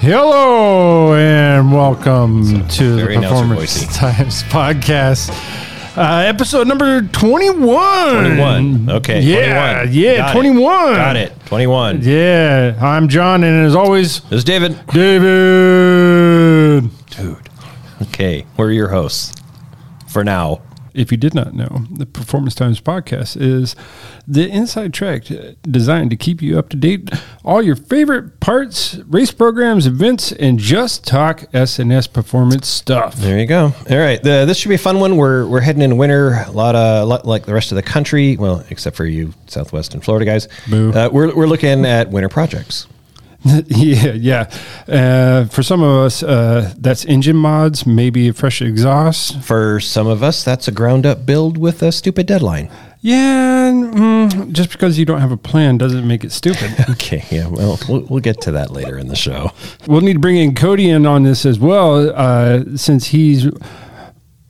Hello and welcome So, to the very announcer Performance voicey. Times podcast, uh, episode number twenty-one. 21. Okay. Yeah, 21. yeah, twenty-one. Got it. Got it. 21. Yeah, I'm John, and as always, This is David. David. Okay. We're your hosts for now. If you did not know, the Performance Times podcast is the inside track designed to keep you up to date all your favorite parts, race programs, events, and just talk SNS performance stuff. There you go. All right. The, this should be a fun one. We're, we're heading in winter. A lot of lot like the rest of the country. Well, except for you, Southwest and Florida guys. Boo. Uh, we're, we're looking at winter projects. yeah, yeah. Uh, for some of us, uh, that's engine mods, maybe a fresh exhaust. For some of us, that's a ground up build with a stupid deadline. Yeah, and, mm, just because you don't have a plan doesn't make it stupid. Okay. Yeah. Well, we'll, we'll get to that later in the show. we'll need to bring in Cody in on this as well, uh, since he's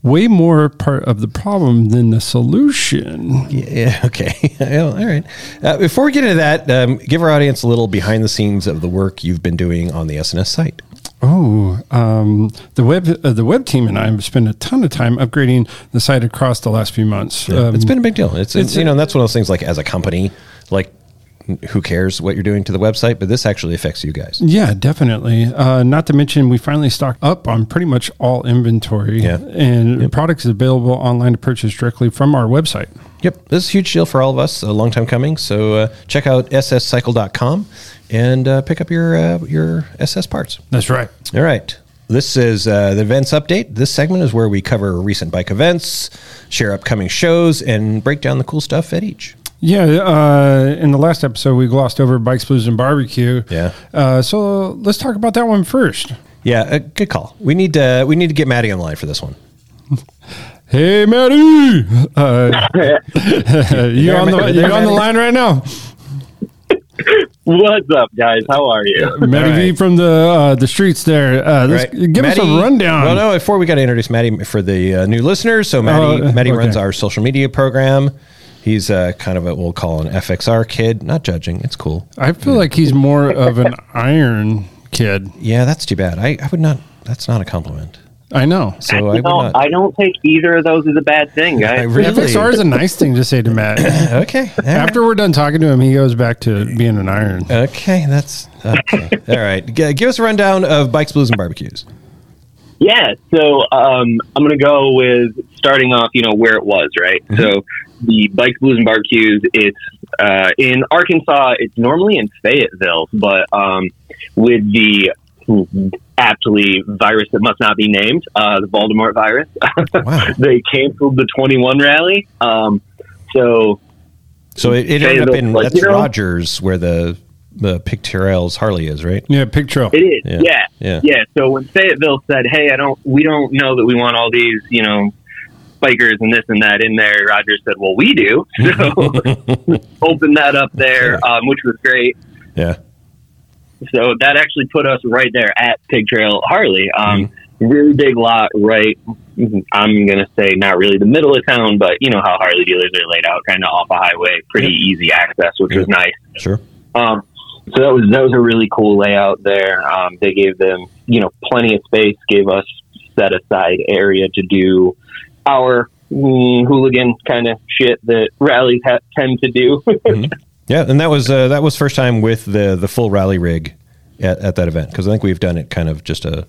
way more part of the problem than the solution. Yeah. Okay. Yeah, All right. Uh, before we get into that, um, give our audience a little behind the scenes of the work you've been doing on the SNS site. Oh, um, the web uh, the web team and I have spent a ton of time upgrading the site across the last few months. Um, it's been a big deal. It's, it's it's- you know and that's one of those things like as a company, like who cares what you're doing to the website, but this actually affects you guys. Yeah, definitely. Uh, not to mention, we finally stocked up on pretty much all inventory Yeah. and products available online to purchase directly from our website. Yep, this is a huge deal for all of us. A long time coming. So uh, check out sscycle.com and uh, pick up your uh, your SS parts. That's right. All right. This is uh, the events update. This segment is where we cover recent bike events, share upcoming shows, and break down the cool stuff at each. Yeah, uh, in the last episode, we glossed over Bikes, Blues, and Barbecue. Yeah. Uh, so let's talk about that one first. Yeah, uh, good call. We need to we need to get Maddie on the line for this one. Hey, Maddie! Uh, you're on the, Maddie. you're on the Maddie. line right now. What's up, guys? How are you? Maddie V right. from the uh, the streets there. Uh, let's Right. Give us Maddie- a rundown. Well, no, before we got to introduce Maddie for the uh, new listeners. So Maddie, Oh, Maddie okay. runs our social media program. He's uh, kind of a we'll call an FXR kid. Not judging, it's cool. I feel like he's more of an iron kid. Yeah, that's too bad. I, I would not. That's not a compliment. I know. So I would no, not. I don't think either of those is a bad thing, I guys. really. FXR is a nice thing to say to Matt. Okay. all right. After we're done talking to him, he goes back to being an iron. Okay, that's okay. all right. G- give us a rundown of bikes, blues, and barbecues. Yeah, so um, I'm going to go with starting off, you know, where it was, right? Mm-hmm. So the Bikes, Blues, and Barbecues, it's uh, in Arkansas. It's normally in Fayetteville, but um, with the aptly virus that must not be named, uh, the Voldemort virus, Wow. they canceled the 21 rally. Um, so So it, it ended up in Like, that's you know- Rogers where the the pigtails Harley is, right? Yeah, pig trail. it is, Yeah. yeah. Yeah. Yeah. So when Fayetteville said, "Hey, I don't, we don't know that we want all these, you know, bikers and this and that in there," Rogers said, "Well, we do." So open that up there, um, which was great. Yeah. So that actually put us right there at Pig Trail Harley. Um, Really big lot, right? I'm gonna say not really the middle of town, but you know how Harley dealers are laid out, kind of off a highway, pretty easy access, which was nice. Sure. Um, so that was that was a really cool layout there. Um, they gave them you know plenty of space, gave us set aside area to do our mm, hooligan kind of shit that rallies ha- tend to do. Yeah, and that was uh, that was first time with the the full rally rig at, at that event because I think we've done it kind of just a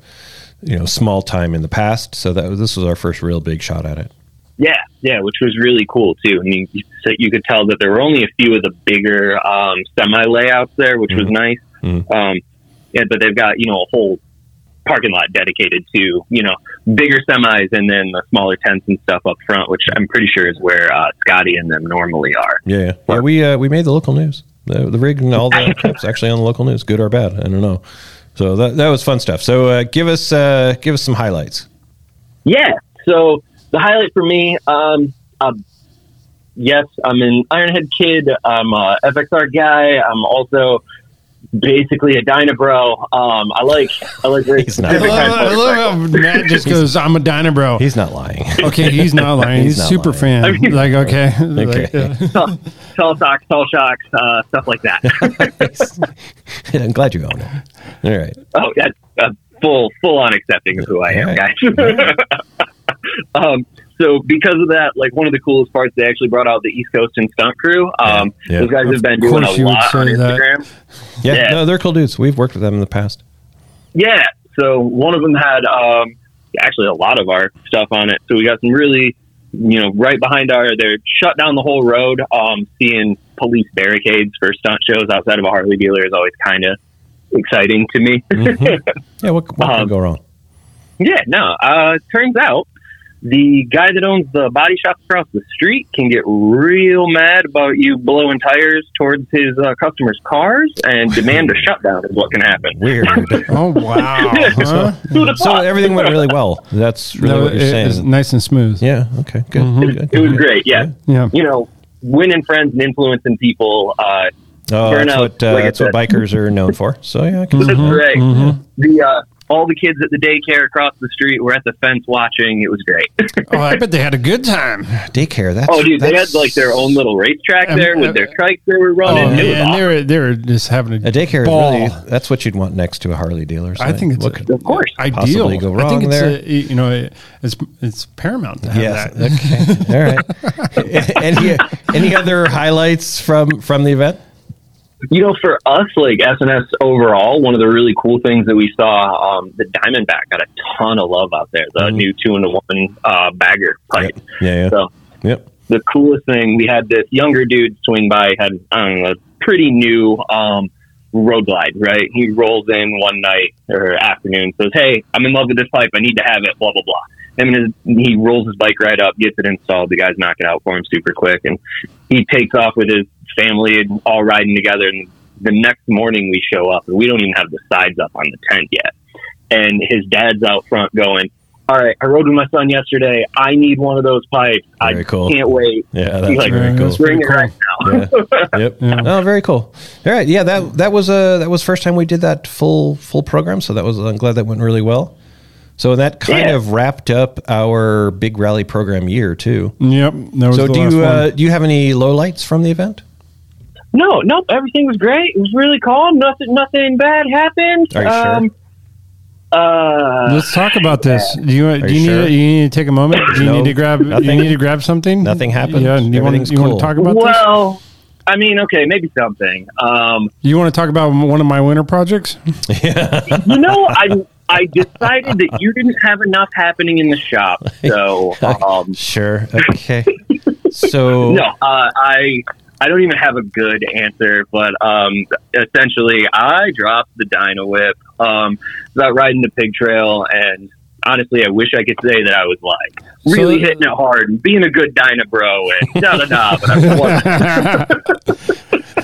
you know small time in the past. So that was, this was our first real big shot at it. yeah, yeah, which was really cool too. I mean, you- so you could tell that there were only a few of the bigger um, semi layouts there, which was nice. Mhm. Um, yeah, but they've got you know a whole parking lot dedicated to you know bigger semis and then the smaller tents and stuff up front, which I'm pretty sure is where uh, Scotty and them normally are. Yeah, yeah, yeah. We uh, we made the local news. The, the rig and all the clips actually on the local news, good or bad, I don't know. So that, that was fun stuff. So uh, give us uh, give us some highlights. Yeah. So the highlight for me, um, uh, yes, I'm an Ironhead kid. I'm a FXR guy. I'm also basically a Dynabro. Um, I like I like very He's not. I specific love, kinds of I love how Matt just goes, I'm a diner bro. He's not lying. Okay, he's not lying. He's, He's not super lying. fan. I mean- like, okay. Like, Okay. uh, tall, tall socks, tall shocks, uh, stuff like that. I'm glad you own it. All right. Oh, that's uh, full full on accepting of who I am, guys. um, so because of that, like one of the coolest parts, they actually brought out the East Coast and Stunt Crew. Um, Yeah. Those guys Of have been doing a course you would lot on say that. Instagram. Yeah, Yeah. No, they're cool dudes. We've worked with them in the past. Yeah. So one of them had um, actually a lot of our stuff on it. So we got some really, you know, right behind our, they're shut down the whole road. Um, seeing police barricades for stunt shows outside of a Harley dealer is always kind of exciting to me. Mhm. Yeah, what, what Um, could go wrong? Yeah, no. Uh, turns out the guy that owns the body shop across the street can get real mad about you blowing tires towards his uh, customers' cars and demand a shutdown is what can happen. Weird. Oh wow! huh? Who'da so thought? everything went really well. That's really No, what you're it- Mm-hmm. saying. it's nice and smooth. yeah. Okay. Good. good, It was good. great. Yeah, Yeah. you know, winning friends and influencing people. Uh, Oh, Fair that's enough. what uh, Like I that's what bikers are known for. So yeah, Mm-hmm. I can That's Mm-hmm, see that. great. The uh, all the kids at the daycare across the street were at the fence watching. It was great. Oh, I bet they had a good time. daycare. That's oh, dude, they had that's- like their own little racetrack Um, there with their uh, trikes they were Oh, running. man, it was they awesome. were they were just having a, a daycare. ball. Is really that's what you'd want next to a Harley dealer. So I think it's what a- could- Of course. ideal. possibly go I think wrong it's there? a, you know it- it's it's paramount to have Yes. that. All right. any any other highlights from from the event? you know, for us, like SNS overall, one of the really cool things that we saw, um, the Diamondback got a ton of love out there. The Mm-hmm. new two and one uh, bagger pipe. Yep. Yeah. Yeah. So Yep. the coolest thing we had this younger dude swing by had I don't know a pretty new um, road glide right he rolls in one night or afternoon says hey I'm in love with this pipe I need to have it blah blah blah him and his, he rolls his bike right up gets it installed the guys knock it out for him super quick and he takes off with his family and all riding together and the next morning we show up and we don't even have the sides up on the tent yet and his dad's out front going all right I rode with my son yesterday I need one of those pipes I Very cool. can't wait Yeah. That's Like, very cool. that's Bring it Pretty right now. yeah. Yep. Yeah. Oh, very cool. All right. Yeah that that was uh, that was first time we did that full full program. So that was I'm glad that went really well. So that kind Yeah. of wrapped up our big rally program year too. Yep. That was So the do last you one. uh, do you have any lowlights from the event? No, nope. Everything was great. It was really calm. Nothing, nothing bad happened. Are you sure? sure? Uh, Let's talk about this. Do you want- Are do you you need sure? you need to take a moment? Do you No, need to grab you nothing. need to grab something? Nothing happened. Yeah. and You want Everything's you want cool. to talk about this? well, I mean, okay, maybe something. Um, You want to talk about one of my winter projects? you know, I I decided that you didn't have enough happening in the shop, so um, Sure. Okay. so no, uh, I I don't even have a good answer, but um, essentially, I dropped the Dino Whip. Um, about riding the pig trail, and honestly, I wish I could say that I was like So- really hitting it hard and being a good Dyna bro and da da da. But I wasn't.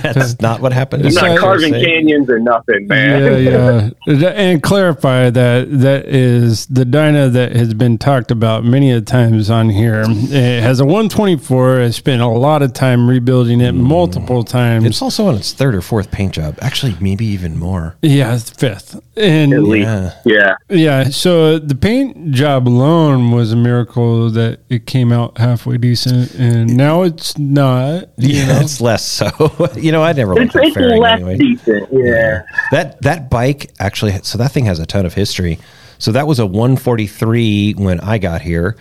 that's not what happened. I'm Is that what not you're carving saying? canyons or nothing, man. yeah, yeah. And clarify that that is the Dyna that has been talked about many of the times on here. It has a 124. I spent a lot of time rebuilding it multiple times. Mm. It's also on its third or fourth paint job. Actually, maybe even more. yeah, it's fifth. And At least, Yeah. yeah. yeah, so the paint job alone was a miracle that it came out halfway decent, and now it's not. you Yeah, know? it's less so. you know, I never went It's, to it's fairing less anyway. decent, yeah. That that bike actually, so that thing has a ton of history. So that was a 143 when I got here,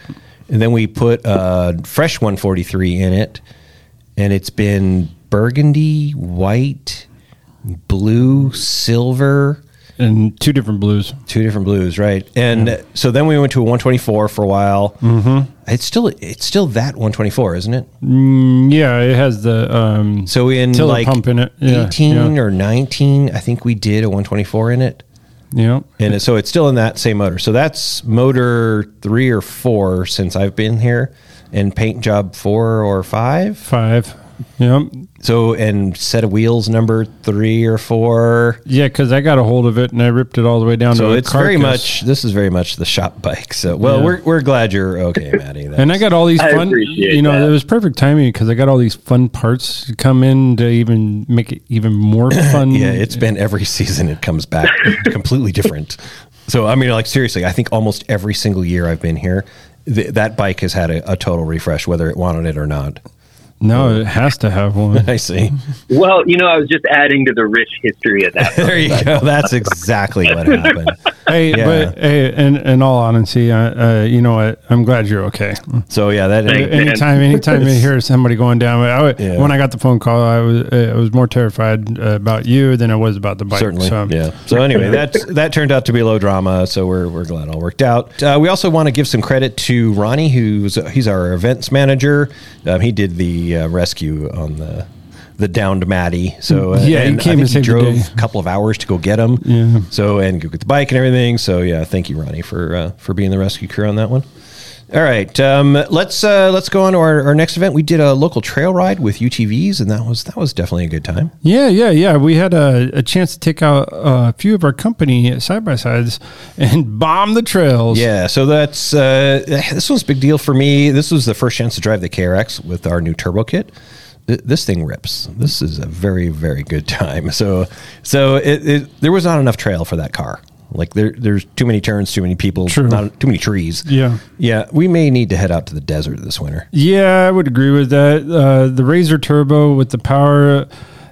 and then we put a fresh 143 in it, and it's been burgundy, white, blue, silver. And two different blues. Two different blues, right? And so then we went to a 124 for a while. Mm-hmm. It's still it's still that 124, isn't it? Yeah, it has the um, So in Tiller like pump in it. Yeah, 18 yeah. or 19, I think we did a 124 in it. you know. And it- so it's still in that same motor. So that's motor 3 or 4 since I've been here and paint job 4 or 5. Five. Yep. So and set of wheels number 3 or 4. Yeah, because I got a hold of it and I ripped it all the way down So to a it's very carcass. much this is very much the shop bike. So well, Yeah. we're we're glad you're okay, Maddie. That's- And I got all these I fun, appreciate you know, that. it was perfect timing because I got all these fun parts to come in to even make it even more fun. Yeah, it's been every season it comes back completely different. So I mean, like seriously, I think almost every single year I've been here, th- that bike has had a, a total refresh, whether it wanted it or not. No, it has to have one. I see. Well, you know, I was just adding to the rich history of that. There you go. That's exactly what happened. hey, Yeah. but hey, in, in all honesty, uh, uh, you know what? I'm glad you're okay. So yeah, that Thank- Man. Anytime, anytime you hear somebody going down, I, would- Yeah. when I got the phone call, I was uh, I was more terrified uh, about you than I was about the bike. certainly. so, yeah. So anyway, that's that turned out to be low drama. So we're we're glad all worked out. Uh, we also want to give some credit to Ronnie, who's he's our events manager. Um, he did the uh, rescue on the. The downed Maddie, so uh, Yeah, he and I came think and saved the drove day. a couple of hours to go get him. Yeah. So and go get the bike and everything. So yeah, thank you, Ronnie, for uh, for being the rescue crew on that one. All right, um, let's uh, let's go on to our, our next event. We did a local trail ride with UTVs, and that was that was definitely a good time. Yeah, yeah, yeah. We had a, a chance to take out uh, a few of our company side by sides and bomb the trails. Yeah, so that's uh, this one's a big deal for me. This was the first chance to drive the KRX with our new turbo kit. Th- This thing rips. This is a very very good time. So so it, it, there was not enough trail for that car. Like there there's too many turns, too many people, True. not too many trees. Yeah. yeah. We may need to head out to the desert this winter. Yeah, I would agree with that. Uh, the Razor Turbo with the power,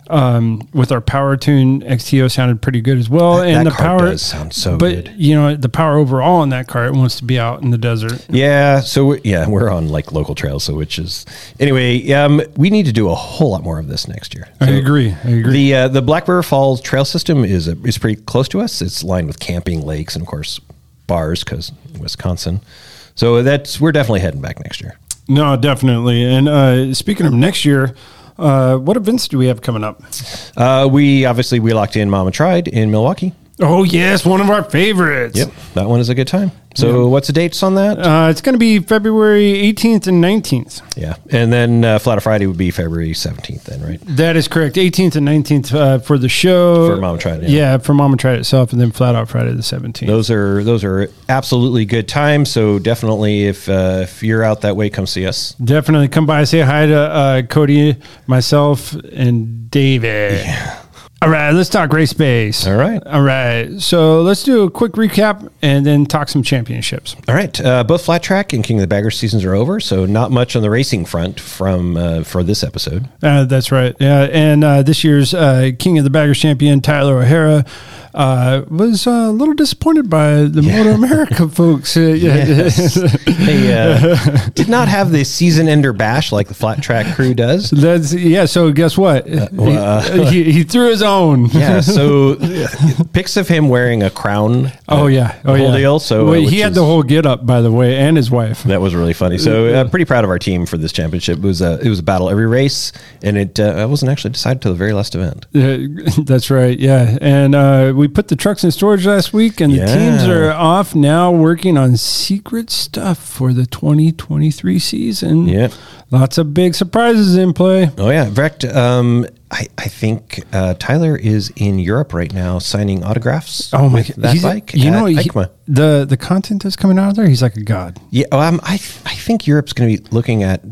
um, with our power tune XTO sounded pretty good as well. That- and that the car power does sound so but, good. you know, the power overall in that car, it wants to be out in the desert. Yeah, so we yeah, we're on like local trails, so which is anyway. Um, we need to do a whole lot more of this next year. I So agree. I agree. The uh, the Black River Falls trail system is a, is pretty close to us. It's lined with camping, lakes, and of course bars because Wisconsin. So that's we're definitely heading back next year. No, definitely. And uh, speaking of next year, uh, what events do we have coming up? Uh, we obviously we locked in Mama Tried in Milwaukee. Oh yes, one of our favorites. that one is a good time. So what's the dates on that? Uh, it's going to be February 18th and 19th. yeah, and then uh, Flat Friday would be February seventeenth. Then right. That is correct. 18th and 19th uh, for the show. For Mama Tried, Yeah. yeah. for Mama Tried itself, and then Flat Out Friday the 17th. Those are those are absolutely good times. So definitely, if uh, if you're out that way, come see us. Definitely come by, say hi to uh, Cody, myself, and David. All right, let's talk race base. All right. All right. So let's do a quick recap and then talk some championships. All right, uh, both Flat Track and King of the Baggers seasons are over, so not much on the racing front from uh, for this episode. Uh, that's right. Yeah, and uh, this year's uh, King of the Baggers champion Tyler O'Hara uh, was uh, a little disappointed by the Moto America folks. Uh, yeah. They uh, did not have the season ender bash like the Flat Track crew does. That's yeah. So guess what? he, he, he threw his own. Uh, Yeah, so pics of him wearing a crown. Oh yeah. Oh whole yeah. deal. So uh, Wait, which he had is- the whole get up, by the way, and his wife. That was really funny. So uh, pretty proud of our team for this championship. It was a it was a battle every race, and it uh, wasn't actually decided till the very last event. Yeah, that's right. Yeah, and uh, we put the trucks in storage last week, and the Yeah. teams are off now working on secret stuff for the 2023 season. Yep. lots of big surprises in play. Oh yeah, in fact, um, I, I think uh, Tyler is in Europe right now signing autographs. Oh my with god, that He's- bike! You at know he- EICMA. the the content that's coming out of there. He's like a god. yeah. oh, Um, I th- I think Europe's going to be looking at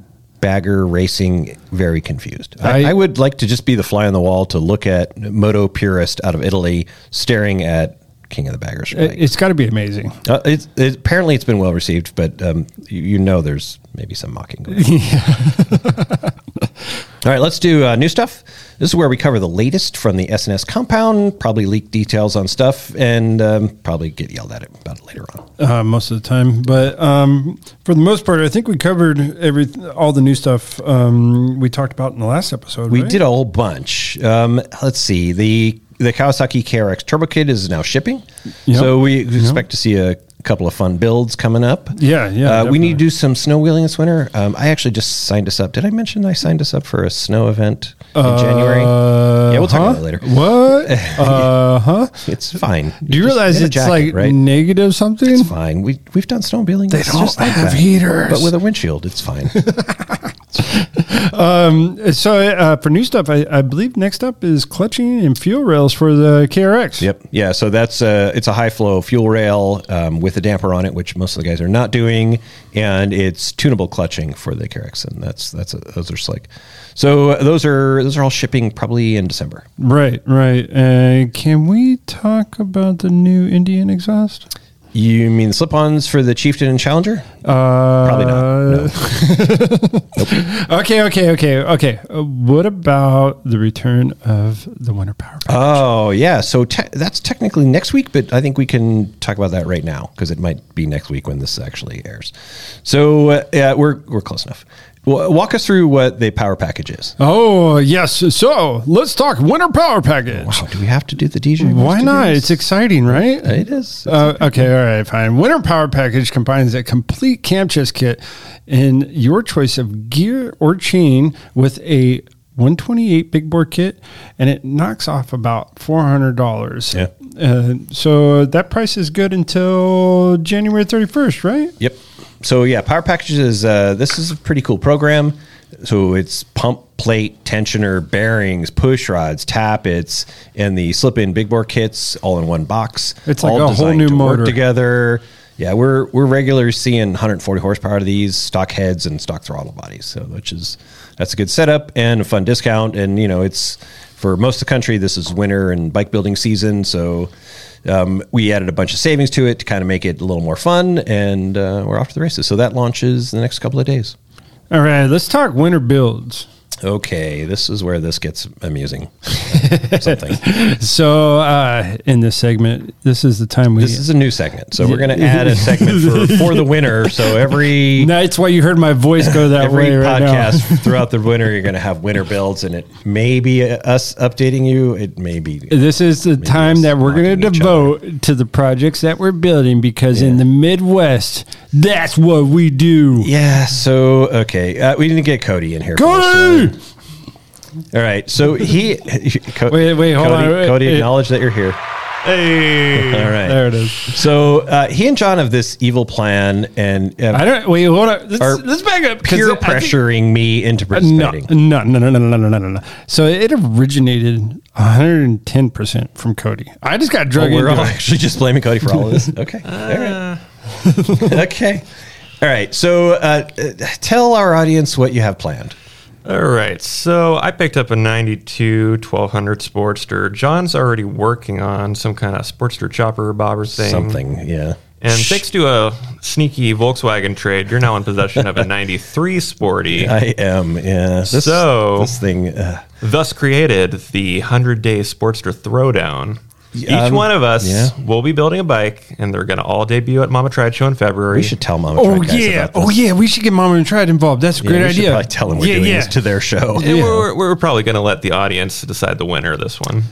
bagger racing very confused. I, I- I, would like to just be the fly on the wall to look at moto purist out of Italy staring at King of the Baggers. It, Bike. it's got to be amazing. Uh, it's, it, apparently, it's been well received, but um, you, you know there's maybe some mocking going on. All right, let's do uh, new stuff. This is where we cover the latest from the SNS compound, probably leak details on stuff, and um, probably get yelled at about it later on. uh, most of the time. But um, for the most part, I think we covered every all the new stuff um, we talked about in the last episode. We right? did a whole bunch. Um, let's see. The the Kawasaki KRX Turbo Kit is now shipping. Yep. So we expect to see a couple of fun builds coming up. Yeah, yeah, Uh, we definitely. need to do some snow wheeling this winter. Um, I actually just signed us up. Did I mention I signed us up for a snow event in January? Uh, Yeah, we'll talk huh? about it later. What? Uh huh. It's fine. Do you Just realize in a it's jacket, like negative something? It's fine. We we've done snowmobiling. They don't have heaters. but with a windshield, it's fine. So uh, for new stuff, I, I believe next up is clutching and fuel rails for the KRX. yep. Yeah. So that's uh it's a high flow fuel rail um, with a damper on it, which most of the guys are not doing, and it's tunable clutching for the Carex, and that's that's a, those are slick. So uh, those are those are all shipping probably in December. Right, right. Uh, can we talk about the new Indian exhaust? You mean slip-ons for the Chieftain and Challenger? Uh, Probably not. okay, okay, okay, okay. Uh, what about the return of the Winter Power? Pack? Oh yeah, so te- that's technically next week, but I think we can talk about that right now because it might be next week when this actually airs. So uh, yeah, we're we're close enough. Wa- walk us through what the power package is. oh yes. So let's talk Winter Power Package. Wow, do we have to do the DJ? Why not? It's exciting, right? It is. Uh, okay, all right, fine. Winter Power Package combines a complete camp chest kit and your choice of gear or chain with a 128 big board kit, and it knocks off about $400. Yeah. Uh, so that price is good until January 31st, right? Yep. So yeah, power packages is uh, this is a pretty cool program. So it's pump plate, tensioner, bearings, push rods, tappets, and the slip in big bore kits all in one box. It's like all a whole designed new to motor. work together. Yeah, we're we're regularly seeing 140 horsepower of these stock heads and stock throttle bodies. So which is that's a good setup and a fun discount. And you know it's for most of the country this is winter and bike building season. So um, we added a bunch of savings to it to kind of make it a little more fun, and uh, we're off to the races. So that launches in the next couple of days. All right, let's talk winter builds. Okay, this is where this gets amusing. Something. So uh, in this segment, this is the time we. This is a new segment, so we're going to add a segment for, for the winter. So every No, it's why you heard my voice go that every way right now. podcast throughout the winter, you're going to have winter builds, and it may be uh, us updating you. It may be This is the time it's that we're going to knocking each devote to the projects that we're building because in the Midwest, that's what we do. yeah. So okay, uh, we need to get Cody in here. for this Cody! one. All right, so he Co- Wait, wait, hold Cody, on, wait, Cody, it- acknowledge that you're here. Hey, All right. there it is. So uh, he and John have this evil plan, and uh, I don't wait. Hold on. Let's, Or let's back up. 'cause peer I think- pressuring me into No, participating. no, no, no, no, no, no, no, no. So it originated 110 percent from Cody. I just got drug Oh, We're all into it. actually just blaming Cody for all of this. Okay. All right. okay. All right. So uh, uh, tell our audience what you have planned. All right, so I picked up a 92 1200 Sportster. John's already working on some kind of Sportster chopper bobber thing. Something. Yeah. And thanks to a sneaky Volkswagen trade, you're now in possession of a 93 Sporty. I am. Yeah. This, So- this thing. Uh, thus created the 100 day Sportster Throwdown. Each um, one of us yeah. will be building a bike, and they're going to all debut at Mama Tried Show in February. we should tell Mama. Oh Tried guys yeah, about this. oh yeah. We should get Mama and Tried involved. That's a Yeah, great we should idea. probably tell them we're yeah, doing yeah. this to their show. And we're, we're probably going to let the audience decide the winner of this one.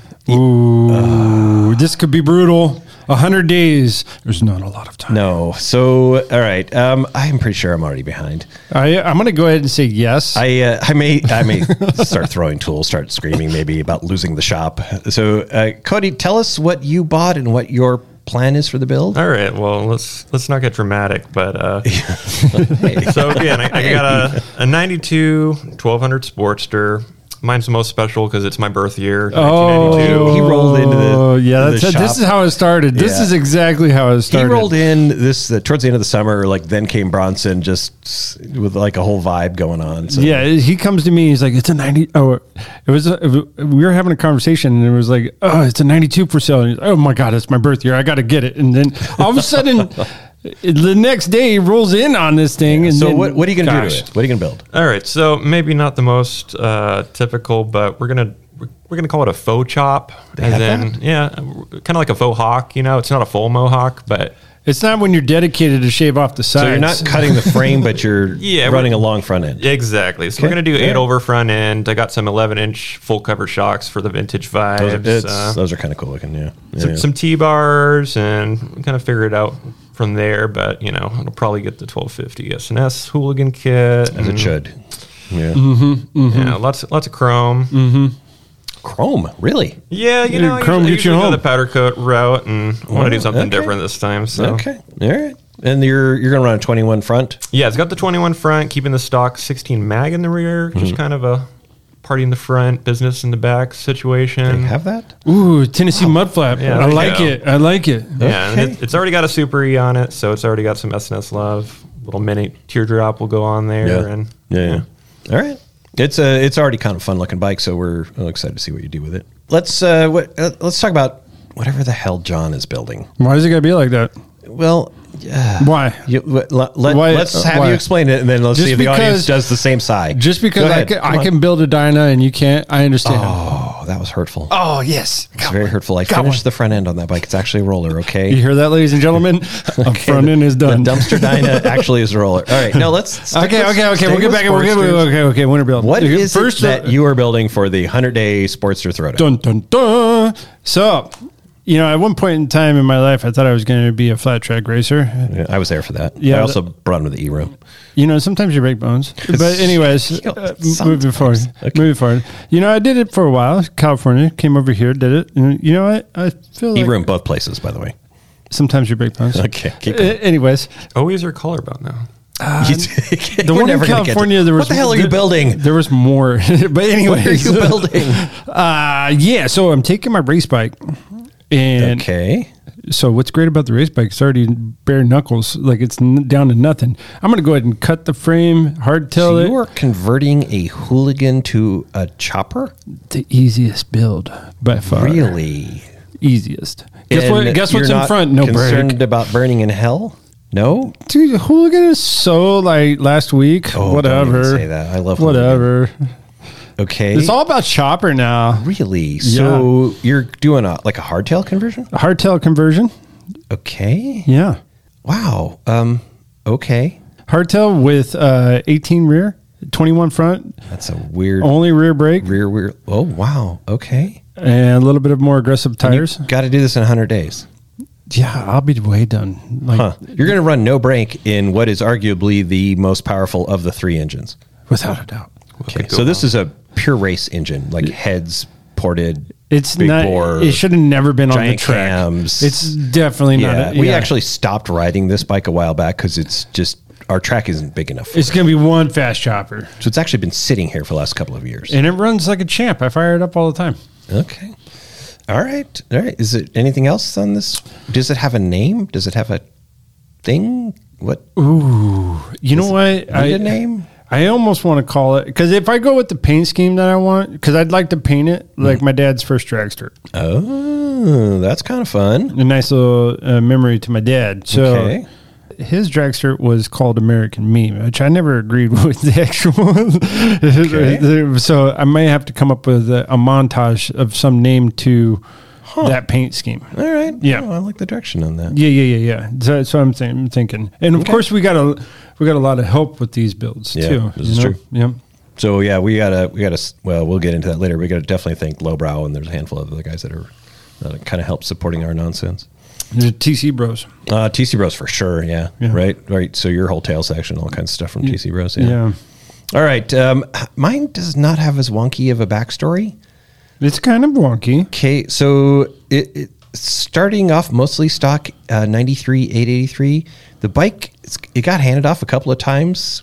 Ooh, this could be brutal. A hundred days. There's not a lot of time. No. So, all right. Um, I'm pretty sure I'm already behind. I, I'm going to go ahead and say yes. I uh, I may I may start throwing tools, start screaming maybe about losing the shop. So uh, Cody, tell us what you bought and what your plan is for the build. All right, well let's let's not get dramatic, but uh, Hey. so again, I, I got a, a 92 1200 Sportster. Mine's the most special because it's my birth year. Oh. 1992. he rolled into the- Oh, yeah. into That's the this shop. is how it started. This Yeah. is exactly how it He started. rolled in this uh, towards the end of the summer. Like then came Bronson, just s- with like a whole vibe going on. So Yeah, he comes to me. He's like, "It's a 90." Oh, it was. A, we were having a conversation, and it was like, "Oh, it's a 92 for sale." And he's, oh my god, it's my birth year. I got to get it. And then all of a sudden, the next day he rolls in on this thing. and So then- what what are you gonna do Gosh. to it? What are you gonna build? All right, so maybe not the most uh, typical, but we're gonna we're gonna call it a faux chop, and have then yeah, kind of like a faux hawk. You know, it's not a full mohawk, but It's not when you're dedicated to shave off the sides. So you're not cutting the frame, but you're Yeah, running we're- a long front end. exactly. So we're gonna do eight over front end. I got some 11 inch full cover shocks for the vintage Those are, vibes. it's- Uh, those are kind of cool looking. Yeah, some, yeah. some T bars, and we kind of figure it out from there. But you know, it'll probably get the 1250 SNS hooligan kit. as it and, should. Yeah, Mm-hmm. Yeah, Mm-hmm. lots lots of chrome. Mm. chrome really. Yeah, you Dude, know, I Chrome usually, gets you I usually go home. the powder coat route, and I want to Wow, do something Oh, okay. different this time. So, Okay, all right. And you're you're gonna run a 21 front. yeah, it's got the 21 front, keeping the stock 16 mag in the rear, Mm-hmm. just kind of a party in the front, business in the back They situation. have that? Ooh, Tennessee Oh. mud flap. Yeah, I there you like go. it. I like it. yeah, and Okay. it, it's already got a Super E on it, so it's already got some SNS love. Little mini teardrop will go on there, and yeah, yeah. All right. It's a it's already kind of fun looking bike, so we're excited to see what you do with it. Let's uh, what, uh let's talk about whatever the hell John is building. Why is it got to be like that? Well, Why? you, let, let, Why- uh, us have why? you explain it, and then let's Just see if the because- audience does the same sigh. Just because Go I ahead. can, Come I on. can build a Dyna and you can't, I understand. Oh, that was hurtful. Oh, yes. It's very hurtful. I finished the front end on that bike. It's actually a roller, okay? You hear that, ladies and gentlemen? A front end is done. The dumpster Dyna actually is a roller. All right, no, let's. stick Okay, with- okay, okay. stay We'll get with back. We'll get, Sportsters. okay, okay. Winterbilt. What is first it that uh, you are building for the 100 day Sportster Throwdown? Dun dun dun. So, you know, at one point in time in my life, I thought I was going to be a flat track racer. Yeah, I was there for that. Yeah, I also brought him to the E room. You know, sometimes you break bones. But anyways, uh, moving Sometimes. forward, Okay. moving forward. You know, I did it for a while. California came over here, did it. And you know what? I feel E like room, both places, by the way. sometimes you break bones. Okay, keep Uh, anyways, Always your collarbone now. the Uh, the one in California, there was what the hell are you there- building? There was more, but anyways, What are you building? Uh, yeah, so I'm taking my race bike, and Okay. so what's great about the race bike it's already bare knuckles like it's n- down to nothing i'm gonna go ahead and cut the frame So hardtail you it are converting a hooligan to a chopper? the easiest build by far Really? easiest Uh, guess what And guess what's you're in not front no concerned brake about burning in hell? No? dude hooligan is so like last week Oh, don't whatever even say that. I love Hooligan. whatever Okay. it's all about chopper now really? So you're doing a like a hardtail conversion? hardtail conversion Okay. yeah Wow. Um okay. hardtail with uh 18 rear 21 front That's a weird only rear brake rear rear. Oh wow. Okay. and a little bit of more aggressive tires Got to do this in 100 days. Yeah, I'll be way done. Like Huh. You're going to run no brake in what is arguably the most powerful of the three engines. without a doubt. Okay. could go So this is a pure race engine, like heads ported. It's big not. bore, it should have never been on the giant track. cams. It's definitely yeah. not. We actually stopped riding this bike a while back because it's just our track isn't big enough. For it. It's gonna be one fast chopper, So it's actually been sitting here for the last couple of years. and it runs like a champ. I fire it up all the time. Okay. All right. All right. Is it anything else on this? Does it have a name? Does it have a thing? What You know what? need a name? I almost want to call it because if I go with the paint scheme that I want, because I'd like to paint it Mm-hmm. like my dad's first dragster, Oh, that's kind of fun. a nice little uh, memory to my dad. So. Okay. His dragster was called American Meme, which I never agreed with the actual. so I may have to come up with a, a montage of some name to that paint scheme. All right. Yeah. Oh, I like the direction on that. Yeah, yeah, yeah, yeah. So that's what I'm, think- I'm thinking. And of course, we got a we got a lot of help with these builds Yeah, too. this you is know? true. Yeah. So yeah, we gotta we gotta s- well we'll get into that later. We gotta definitely thank Lowbrow and there's a handful of other guys that are that kind of help supporting our nonsense. The TC Bros. Uh, TC Bros for sure, yeah, Yeah. right, right. So your whole tail section, all kinds of stuff from TC Bros. Yeah. Yeah. All right, um, mine does not have as wonky of a backstory. It's kind of wonky. Okay, so it, it starting off mostly stock uh, 93 883. The bike it's- it got handed off a couple of times.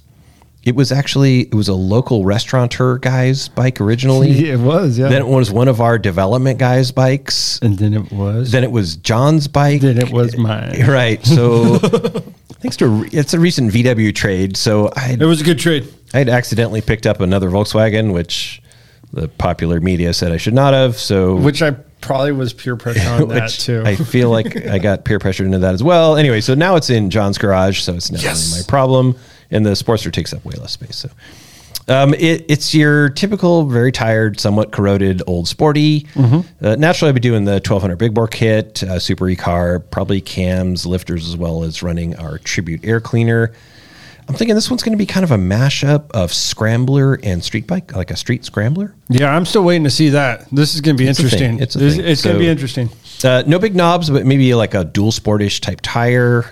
It was actually it was a local restaurateur guy's bike originally. it was. Yeah. Then it was one of our development guys' bikes. and then it was. Then it was John's bike. Then it was mine. Right. So thanks to a re- it's a recent VW trade. So I it was a good trade. I had accidentally picked up another Volkswagen, which the popular media said I should not have. So Which I probably was peer pressure on that which too. I feel like I got peer pressured into that as well. Anyway, so now it's in John's garage, so it's not really my problem. And the Sportster takes up way less space. So um, it, it's your typical, very tired, somewhat corroded old sporty. Mm-hmm. Uh, naturally, I'd be doing the 1200 Big Bore kit, uh, Super E car, probably cams, lifters, as well as running our Tribute air cleaner. I'm thinking this one's going to be kind of a mashup of scrambler and street bike, like a street scrambler. Yeah, I'm still waiting to see that. This is going to be It's a thing. interesting. It's a This- thing. going So- to be interesting. Uh, no big knobs, but maybe like a dual sportish type tire.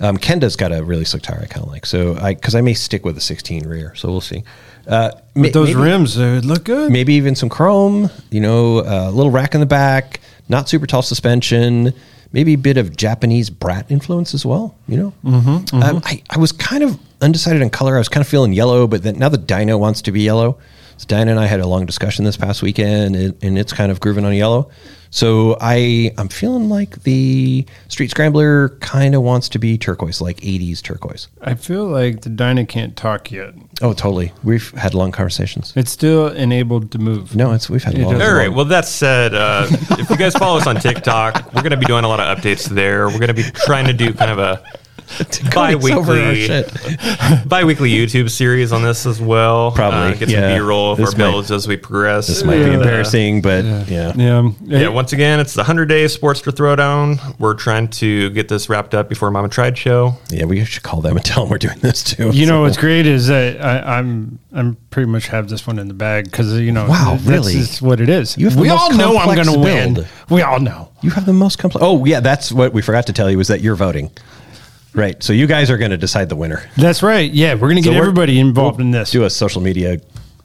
Um, Kenda's got a really slick tire I kind of like. So I, because I may stick with a 16 rear. So we'll see. Uh, ma- But those maybe, rims, they would look good. maybe even some chrome. You know, a little rack in the back. Not super tall suspension. Maybe a bit of Japanese brat influence as well. You know, mm-hmm, Um, I, I was kind of undecided on color. I was kind of feeling yellow, but then now the dyno wants to be yellow. So Diana and I had a long discussion this past weekend, and, and it's kind of grooving on yellow. So I I'm feeling like the Street Scrambler kind of wants to be turquoise, like 80s turquoise. I feel like the Dyna can't talk yet. Oh, totally. We've had long conversations. It's still enabled to move. No, it's we've had It long. does. All right. Well, that said, uh, if you guys follow us on TikTok, we're going to be doing a lot of updates there. We're going to be trying to do kind of a Cody's over our bi-weekly, shit. bi-weekly YouTube series on this as well. Uh, Probably, get yeah. some B-roll of This our might- builds as we progress. This might be And, uh, embarrassing, but yeah. Yeah. um, Yeah, once again, it's the 100 Day Sportster Throwdown. We're trying to get this wrapped up before Mama Tried Show. Yeah, we should call them and tell them we're doing this too. You know what's great is that I, I'm I'm pretty much have this one in the bag because you know Wow, that's really? just what it is. You have the we most all know I'm complex going to win. build. We all know. you have the most complex. Oh yeah, that's what we forgot to tell you is that you're voting, right? So you guys are going to decide the winner. That's right. Yeah, we're going to get So we're- everybody involved in this. Do a social media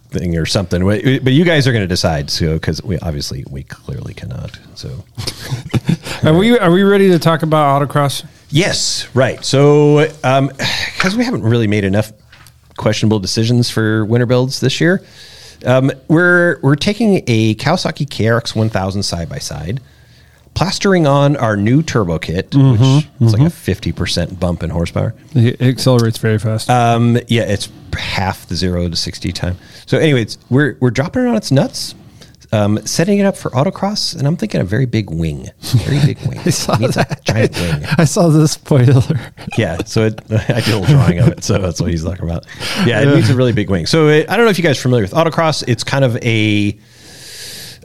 thing or something, but but you guys are going to decide. So because we obviously we clearly cannot. So Are we are we ready to talk about autocross? yes, right. So because we haven't really made enough questionable decisions for winter builds this year, um, we're we're taking a Kawasaki KRX 1000 side by side. Plastering on our new turbo kit, which Mm-hmm, is like a fifty percent bump in horsepower. It accelerates very fast. Um, yeah, it's half the zero to sixty time. So, anyways, we're we're dropping it on its nuts, um, setting it up for autocross, and I'm thinking a very big wing, very big wing. I saw that. giant wing. I saw this spoiler. Yeah, so it, I did a little drawing of it, so that's what he's talking about. Yeah, it needs a really big wing. So it, I don't know if you guys are familiar with autocross. It's kind of a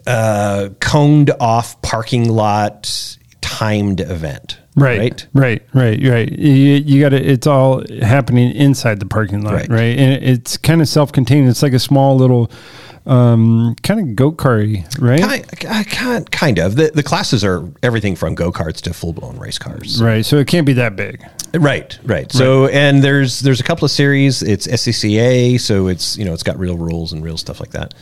uh, coned off parking lot timed event, Right, right, right, right, right. You, you got to It's all happening inside the parking lot, Right. right? And it's kind of self-contained. It's like a small little, um, kind of go karty, right? Kind, kind, kind of. The, the classes are everything from go karts to full blown race cars. Right. So it can't be that big. Right, right. So and there's there's a couple of series. It's SCCA, so it's you know it's got real rules and real stuff like that.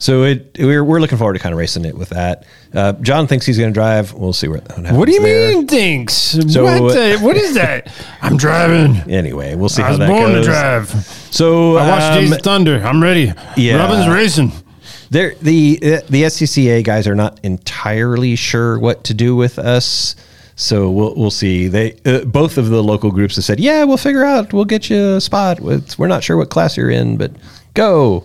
So it we're, we're looking forward to kind of racing it with that. Uh, John thinks he's going to drive. We'll see where. What, What do you happens there. mean thinks? So- what, the- what is that? I'm driving. Anyway, we'll see I how was that born goes. to drive. So I watched um, Days of Thunder. I'm ready. yeah. Robin's racing. They're, the uh, the SCCA guys are not entirely sure what to do with us, so we'll we'll see. They uh, both of the local groups have said, "Yeah, we'll figure out. We'll get you a spot. It's, we're not sure what class you're in, but go."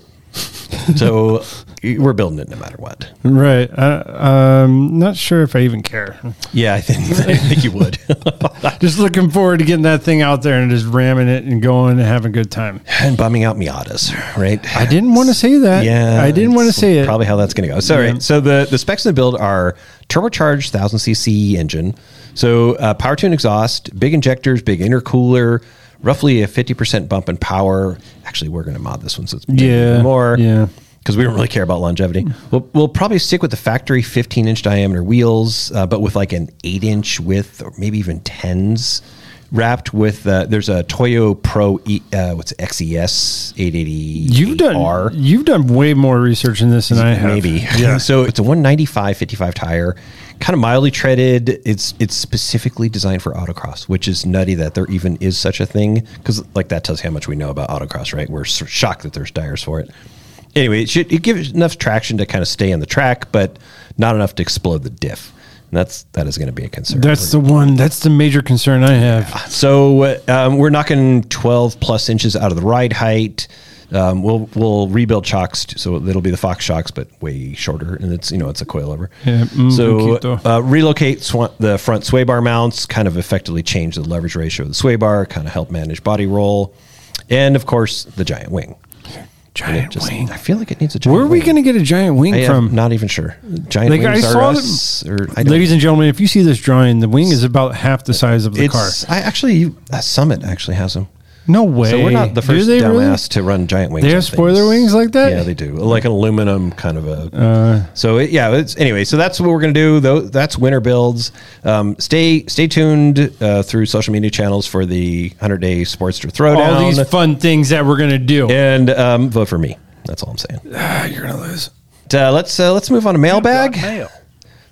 so we're building it no matter what. Right. Uh, um, not sure if I even care. Yeah, I think I think you would. Just looking forward to getting that thing out there and just ramming it and going and having a good time. and bumming out Miatas, right? I didn't want to say that. Yeah, I didn't want to it's say it. Probably how that's going to go. So, all right, so the the specs in the build are turbocharged 1000 cc engine, so uh, power tune exhaust, big injectors, big intercooler, roughly a 50% bump in power. Actually, we're going to mod this one, so it's Yeah, more yeah. because we don't really care about longevity. We'll, we'll probably stick with the factory 15 inch diameter wheels, uh, but with like an 8 inch width or maybe even 10s. Wrapped with uh, there's a Toyo Pro e, uh, what's it, XES 880. You've done E R. you've done way more research in this than I have. Maybe. so it's a 195 55 tire, kind of mildly treaded. It's it's specifically designed for autocross, which is nutty that there even is such a thing because like that tells you how much we know about autocross, right? We're s- shocked that there's tires for it. Anyway, it should it gives enough traction to kind of stay on the track, but not enough to explode the diff. And that's that is going to be a concern. That's the one. That's the major concern I have. So um, we're knocking 12 plus inches out of the ride height. Um, we'll we'll rebuild shocks, t- so it'll be the Fox shocks, but way shorter, and it's you know it's a coilover. Yeah, mm, so cute though. uh, relocate swa- the front sway bar mounts, kind of effectively change the leverage ratio of the sway bar, kind of help manage body roll, and of course the giant wing. And it Giant just- wing. I feel like it needs a giant. Where are we wing. going to get a giant wing I am from? not even sure. Giant Like, I wings are saw us, or I don't Ladies and gentlemen, if you see this drawing, the wing is about half the size of the car. it's, I actually you- uh, Summit actually has them. No way. So we're not the Do first they dumbass really? to run giant wings. They have on spoiler things. wings like that? Uh. Yeah, they do. Like an aluminum kind of a. so it, yeah, it's anyway. So that's what we're gonna do. Though that's winter builds. Um, stay stay tuned uh, through social media channels for the hundred day Sportster All Throwdown. these fun things that we're going to do. and um, vote for me. That's all I'm saying. Ah, you're going to lose. Uh, let's uh, let's move on to mailbag.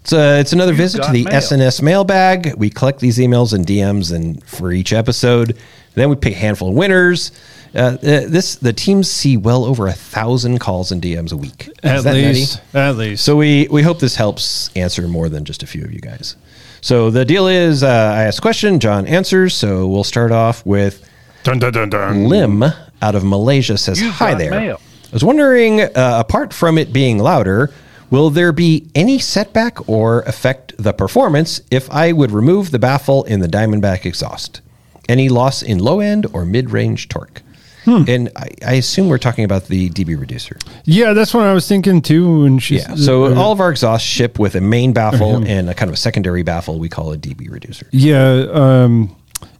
It's, uh, it's another visit to got the mail. SNS mailbag. We collect these emails and DMs and for each episode. Then we pick a handful of winners Uh, th- this the teams see well over a thousand calls and DMs a week. At Is that nutty? least, at least. So we we hope this helps answer more than just a few of you guys. So the deal is, uh, I ask a question, John answers. So we'll start off with dun, dun, dun, dun. Lim out of Malaysia says, "Hi got there. mail." I was wondering, uh, apart from it being louder, will there be any setback or affect the performance if I would remove the baffle in the Diamondback exhaust? Any loss in low end or mid range torque?" And I, I assume we're talking about the DB reducer. Hmm. Yeah, that's what I was thinking too. When she, Yeah. So uh, all of our exhausts ship with a main Mm-hmm. baffle and a kind of a secondary baffle we call a DB reducer. yeah, um,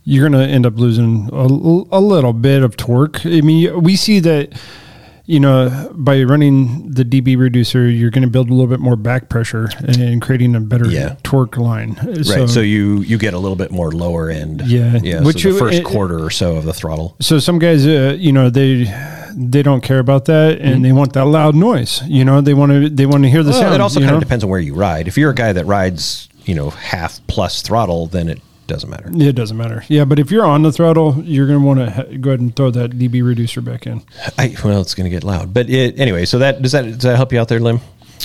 you're gonna end up losing a, l- a little bit of torque. I mean, we see that. You know, by running the DB reducer, you're going to build a little bit more back pressure and, creating a better Yeah. torque line. Right. Right. So you you get a little bit more lower end. Yeah. Yeah. Which so you- the first it- quarter or so of the throttle. so some guys uh, you know they they don't care about that and they want that loud noise you know they want to they want to hear the Mm-hmm. Well, sound it also you kind know? of depends on where you ride. If you're a guy that rides, you know, half plus throttle, then it doesn't matter. it doesn't matter yeah but if you're on the throttle you're going to want to ha- go ahead and throw that db reducer back in I, well, it's going to get loud. But it, anyway, so that does that does that help you out there, Lim?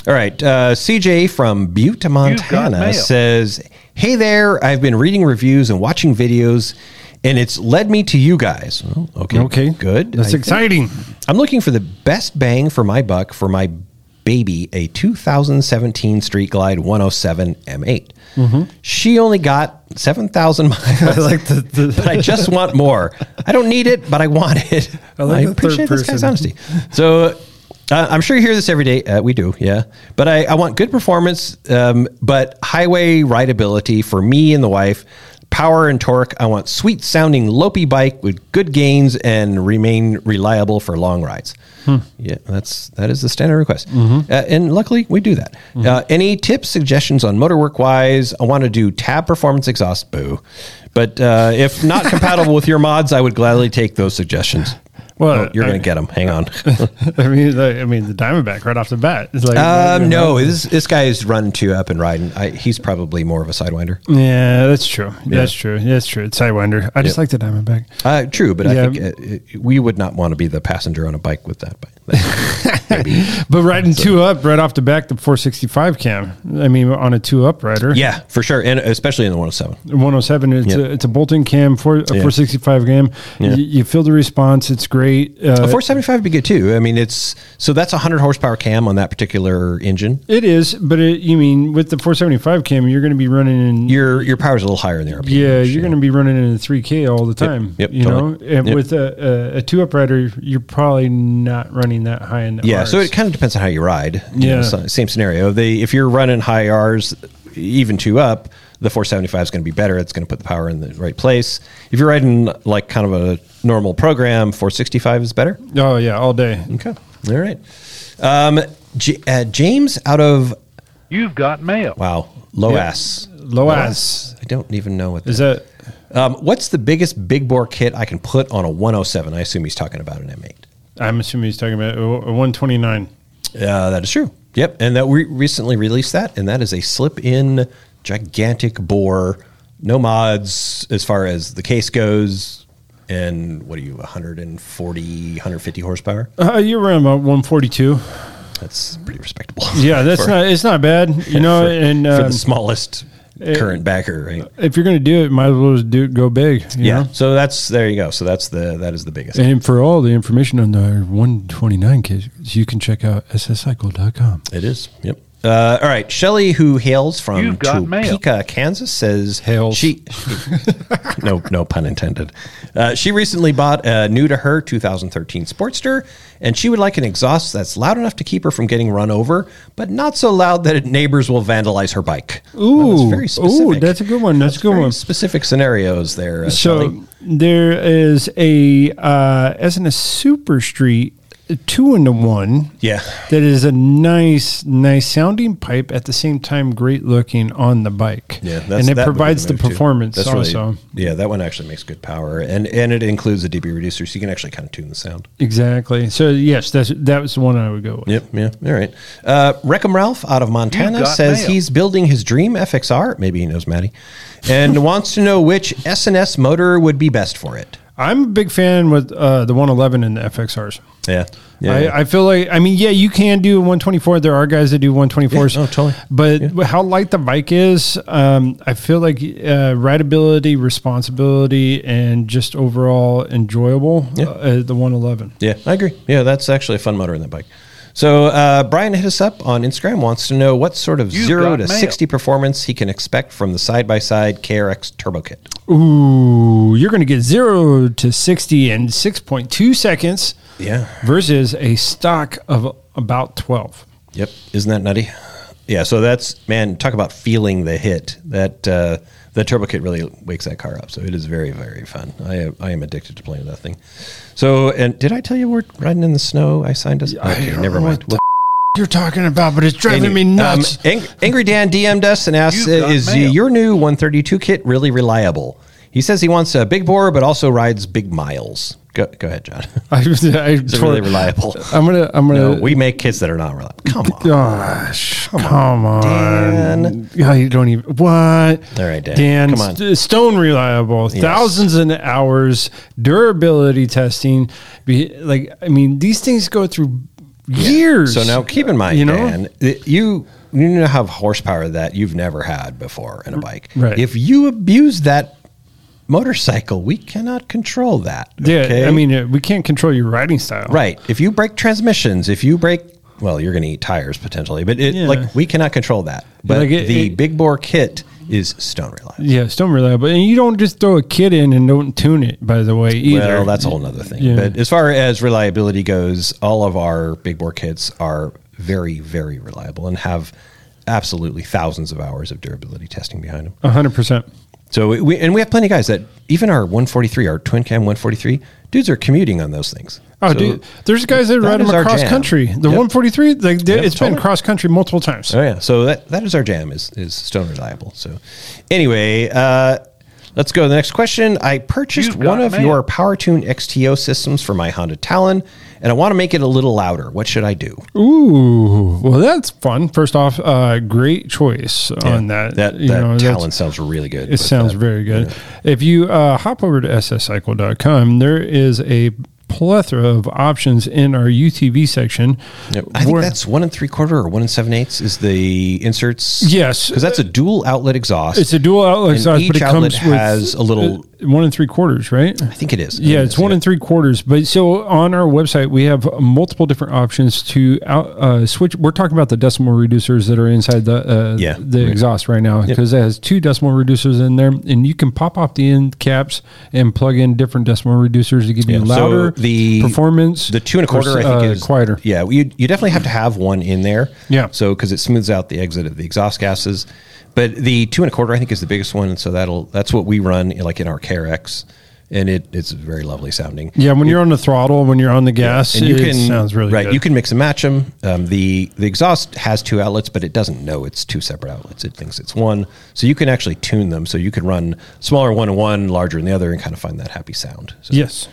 All right, uh, CJ from Butte, Montana mail. says, "Hey there, I've been reading reviews and watching videos, and it's led me to you guys. Well, okay, okay good. I that's think- exciting I'm looking for the best bang for my buck for my baby, a 2017 Street Glide 107 M8. She only got 7,000 miles. Mm-hmm. I like the, but I just want more. I don't need it, but I want it. I, like the third appreciate this guy's person. honesty. So. Uh, I'm sure you hear this every day. Uh, we do, yeah. But I, I want good performance, um, but highway rideability for me and the wife. Power and torque. I want sweet sounding lopey bike with good gains and remain reliable for long rides. Yeah, that's that is the standard request, uh, and luckily we do that. Uh, any tips, suggestions on motorwork wise? I want to do tab performance exhaust. Boo, but uh, if not compatible with your mods, I would gladly take those suggestions. Well, Oh, you're I- going to get them. Hang on. i mean the, i mean the diamondback right off the bat it's like Um, no, this this guy's run two up and riding. I, he's probably more of a sidewinder. yeah that's true that's true that's true it's sidewinder i just Yep. like the diamondback Uh, true, but Yeah. I think uh, uh, we would not want to be the passenger on a bike with that. bike. Maybe. but riding two up right off the back the 465 cam i mean on a two up rider yeah, for sure, and especially in the 107. 107 it's Yeah. a, it's a bolt-in cam for a 465 cam Yeah. Y- you feel the response it's great A uh, 475 would be good too. I mean, it's so that's a 100 horsepower cam on that particular engine. it is but it, you mean with the 475 cam you're going to be running in Your your power's a little higher in the RPM. yeah you're going to be running in 3k all the time yep, you totally. know and Yep. with a, a, a two uprighter you're probably not running that high in the Yeah, so Rs. it kind of depends on how you ride. You Yeah. know, so- same scenario. They if you're running high R's, even two up, the 475 is going to be better. It's going to put the power in the right place. If you're riding like kind of a normal program, 465 is better. oh yeah all day Okay, all right. Um, J- uh, James out of You've got mail. wow Loas. low Loas. ass I don't even know what is that- that Um, what's the biggest big bore kit I can put on a 107? I assume he's talking about an M8. i'm assuming he's talking about uh, a 129 Uh, that is true. Yep, and that we recently released that, and that is a slip-in gigantic bore, no mods as far as the case goes, and what are you, 140, 150 horsepower? uh, you're around about 142 That's pretty respectable. yeah that's For- not it's not bad you know for, and for um, the smallest it- current backer, right? if you're going to do it, might as well just do it, go big. you Yeah. know? So that's there you go. So that's the that is the biggest. And for all the information on the 129 case, you can check out sscycle.com. It is. Yep. Uh, all right. Shelly, who hails from You've got mail. Topeka, Kansas, says Hails. She, no, no pun intended. Uh, she recently bought a new to her 2013 Sportster, and she would like an exhaust that's loud enough to keep her from getting run over, but not so loud that neighbors will vandalize her bike. Well, Ooh. Ooh, that's a good one. That's a good very one. Specific scenarios there. Uh, Shelley. So there is a uh, SNS Super Street two into one. Yeah. That is a nice, nice sounding pipe at the same time, great looking on the bike. Yeah, that's, and it that would be provides the move, too. performance That's really- also. yeah, that one actually makes good power, and and it includes a DB reducer, so you can actually kind of tune the sound. Exactly. So, yes, that's, that was the one I would go with. Yep. Yeah. All right. Uh, Reckham Ralph out of Montana You've got says mail. he's building his dream FXR. Maybe he knows Maddie, and wants to know which S and S motor would be best for it. I'm a big fan with uh, the 111 and the FXRs. Yeah. Yeah. yeah. I, I feel like I mean, yeah, you can do a 124. There are guys that do 124s. Yeah, no, totally. But how light the bike is, um, I feel like uh, rideability, responsibility, and just overall enjoyable. Yeah. Uh, the 111. Yeah, I agree. Yeah, that's actually a fun motor in that bike. So uh, Brian hit us up on Instagram. Wants to know what sort of zero got to mail. sixty performance he can expect from the side by side KRX Turbo Kit. Ooh, you're going to get zero to 60 in 6.2 seconds Yeah. versus a stock of about 12. Yep. Isn't that nutty? Yeah. So that's man. Talk about feeling the hit. That uh, the turbo kit really wakes that car up. So it is very very fun. I I am addicted to playing that thing. So and did I tell you we're riding in the snow? I signed us. I Okay, don't never know mind. what You're talking about, but it's driving me Anyway, um, nuts. Ang- Angry Dan DM'd us and asked, You got "Is uh, mail." your new 132 kit really reliable?" He says he wants a big bore, but also rides big miles. Go, go ahead, John. I, I Is it tore- really reliable? I'm gonna. I'm No, gonna. we make kits that are not reliable. Come on. Gosh, come on, Dan. Yeah, you don't even. What? All right, Dan, Dan, come on. st- stone reliable, thousands and hours durability testing. Be, like, I mean, these things go through years. So now keep in mind, you know? Dan, that you you now have horsepower that you've never had before in a bike. Right. If you abuse that motorcycle, we cannot control that. yeah. I mean, uh, we can't control your riding style, right. If you break transmissions, if you break, well, you're going to eat tires potentially, but it, Yeah. like we cannot control that. But Like it- the it- big bore kit is stone reliable. Yeah, stone reliable, and you don't just throw a kid in and don't tune it. By the way, either. Well, that's a whole nother thing. Yeah. But as far as reliability goes, all of our big bore kits are very, very reliable and have absolutely thousands of hours of durability testing behind them. hundred percent. So we- we and we have plenty of guys that even our 143, our twin cam 143 dudes are commuting on those things. Oh, So- dude, there's guys that, ride is them our across jam. country. The Yep. 143, like they, Yep, it's been totally. cross country multiple times. Oh yeah. So that that is our jam is is stone reliable. So anyway, uh, let's go to the next question. I purchased You've got one of mail. your PowerTune XTO systems for my Honda Talon, and I want to make it a little louder. What should I do? Ooh, well, that's fun. First off, uh, great choice on that. that, You that know, that's- Talon sounds really good. It sounds very good. If you uh, hop over to sscycle.com, there is a plethora of options in our UTV section. I think Where- that's one and three quarter or one and seven eighths is the inserts. Yes. because that's a dual outlet exhaust. it's a dual outlet And exhaust, each but it outlet comes with has a little- one and three quarters, right? I think it is. Yeah, it's one and three quarters. But so on our website, we have multiple different options to out, uh, switch. We're talking about the decimal reducers that are inside the uh, Yeah. the exhaust right now because it has two decimal reducers in there, and you can pop off the end caps and plug in different decimal reducers to give you Yeah. So louder the- performance. The two and a quarter, I versus, think, uh, is quieter. Yeah, you you definitely have to have one in there. Yeah. So because it smooths out the exit of the exhaust gases, but the two and a quarter, I think, is the biggest one, and so that'll that's what we run in, like in our KRX, and it it's very lovely sounding. Yeah, when you're on the throttle, when you're on the gas, And you it can sounds really right. good. You can mix and match them. Um, the the exhaust has two outlets, but it doesn't know it's two separate outlets. It thinks it's one. So you can actually tune them. So you could run smaller one in one, larger in the other, and kind of find that happy sound. So yes,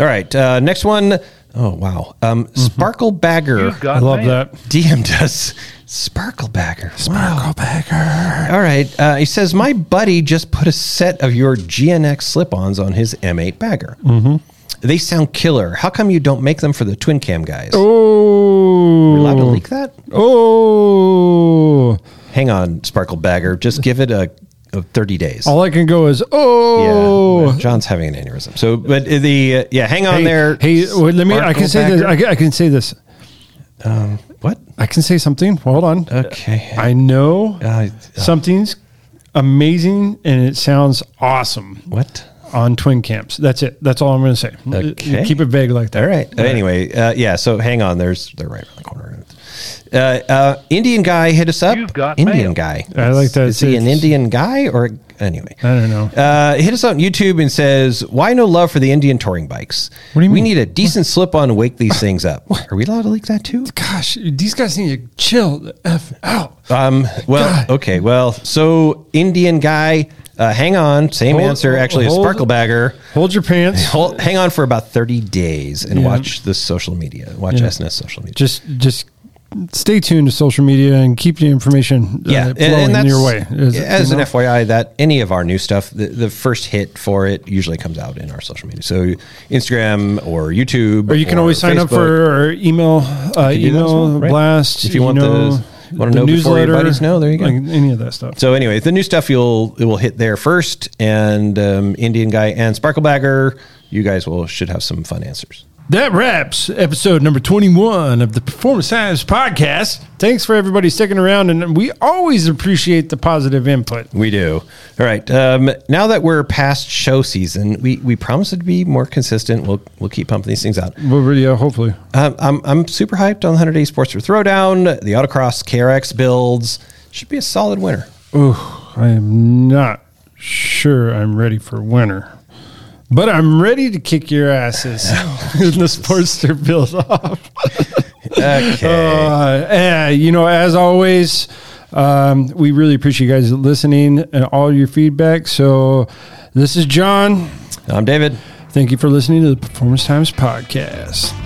all right, uh, next one. Oh wow, um, Sparkle Bagger You've got I love mail. that. DM'd us. Sparkle Bagger. Sparkle Bagger. All right, uh, he says my buddy just put a set of your GNX slip-ons on his M8 Bagger. Mm-hmm. They sound killer. How come you don't make them for the twin cam guys? Oh. Oh, Allowed to leak that? oh. Hang on, Sparkle Bagger. Just give it a, a thirty days. All I can go is oh. Yeah, John's having an aneurysm. So, but the uh, yeah, hang on hey, there. Hey, wait, let me. I Sparkle can say this. Bagger. I can, I can say this. what? I can say something. Hold on. Okay. I know Uh, something's amazing and it sounds awesome what? on twin camps. That's it. That's all I'm going to say. Uh, Okay. Keep it vague like that. All right. Anyway, uh, yeah. So hang on. There's they're right around the corner. Uh, uh, Indian guy hit us up. You've got Indian mail. guy. I like that. Is he an It's- Indian guy or anyway? I don't know. Uh, hit us up on YouTube and says, "Why no love for the Indian touring bikes? What do you we mean? need a decent slip on to wake these things up. Are we allowed to leak that too? Gosh, these guys need to chill the f out. Um, well, God. okay. Well, so Indian guy. Uh, hang on. Same Hold- answer. Actually, hold- a sparkle bagger. Hold your pants. Hold, hang on for about 30 days and watch the social media. Watch SNS social media. Just, just stay tuned to social media and keep the information yeah, uh, and- flowing and that's, your way. Is- yeah, as you know? an FYI, that any of our new stuff, the, the first hit for it usually comes out in our social media. So Instagram or YouTube, or you can always sign up Facebook. for our email uh, do that as email well, right? blast If you want know, the- want to know before your buddies know, there you go. like any of that stuff. So anyway, the new stuff you'll it will hit there first, and um, Indian guy and Sparklebagger, you guys will should have some fun answers. That wraps episode number 21 of the Performance Science Podcast. Thanks for everybody sticking around, and we always appreciate the positive input. We do. All right. Um, now that we're past show season, we we promise to be more consistent. We'll we'll keep pumping these things out. Well, yeah, hopefully. Um, I'm I'm super hyped on the 100 Day Sports Throwdown. The Autocross KRX builds should be a solid winner. I am not sure I'm ready for winter, but I'm ready to kick your asses in the Sportster build off. Okay. Uh, eh, you know, as always, um, we really appreciate you guys listening and all your feedback. So, this is John. I'm David. Thank you for listening to the Performance Times Podcast.